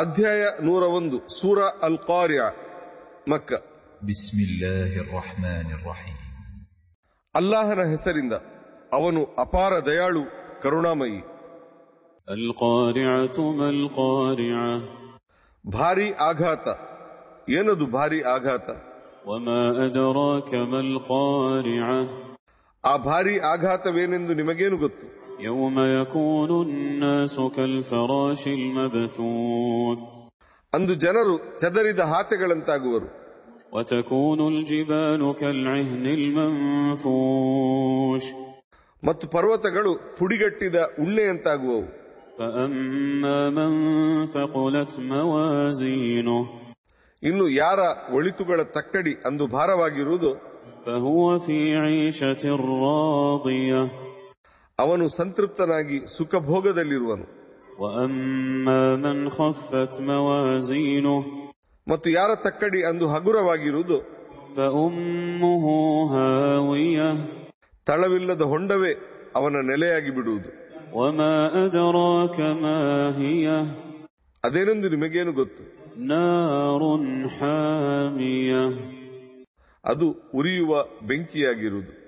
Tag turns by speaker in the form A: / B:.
A: ಅಧ್ಯಾಯ ನೂರ ಒಂದು ಸೂರ ಅಲ್ ಕಾರ್ಯ ಮಕ್ಕ
B: بسم الله الرحمن الرحيم
A: ಅಲ್ಲಾಹನ ಹೆಸರಿಂದ ಅವನು ಅಪಾರ ದಯಾಳು ಕರುಣಾಮಯಿ
C: القارعة ما القارعة
A: ಭಾರಿ ಆಘಾತ ಏನದು ಭಾರಿ ಆಘಾತ
C: وما أدراك ما القارعة
A: ಆ ಭಾರಿ ಆಘಾತವೇನೆಂದು ನಿಮಗೇನು ಗೊತ್ತು
C: يوم يكون الناس كالفراش المبثوث
A: ಅಂದು ಜನರು ಚದರಿದ ಹಾತೆಗಳಂತಾಗುವರು
C: وتكون الجبال كالعهن المنفوش
A: ಮತ್ತು ಪರ್ವತಗಳು ಪುಡಿಗಟ್ಟಿದ ಉಣ್ಣೆಯಂತಾಗುವವು
C: فأما من ثقلت موازينه
A: ಇನ್ನು ಯಾರ ಒಳಿತುಗಳ ತಕ್ಕಡಿ ಅಂದು ಭಾರವಾಗಿರುವುದು
C: فهو في عيشة راضية
A: ಅವನು ಸಂತೃಪ್ತನಾಗಿ ಸುಖಭೋಗದಲ್ಲಿರುವನು
C: وأما من خفت موازينه
A: ಮತ್ತು ಯಾರ ತಕ್ಕಡಿ ಅಂದು ಹಗುರವಾಗಿರುವುದು
C: فأمه هاوية
A: ತಳವಿಲ್ಲದ ಹೊಂಡವೇ ಅವನ ನೆಲೆಯಾಗಿ ಬಿಡುವುದು
C: وما أدراك ما هي
A: ಅದೇನೆಂದು ನಿಮಗೇನು ಗೊತ್ತು
C: نار حامية
A: ಅದು ಉರಿಯುವ ಬೆಂಕಿಯಾಗಿರುವುದು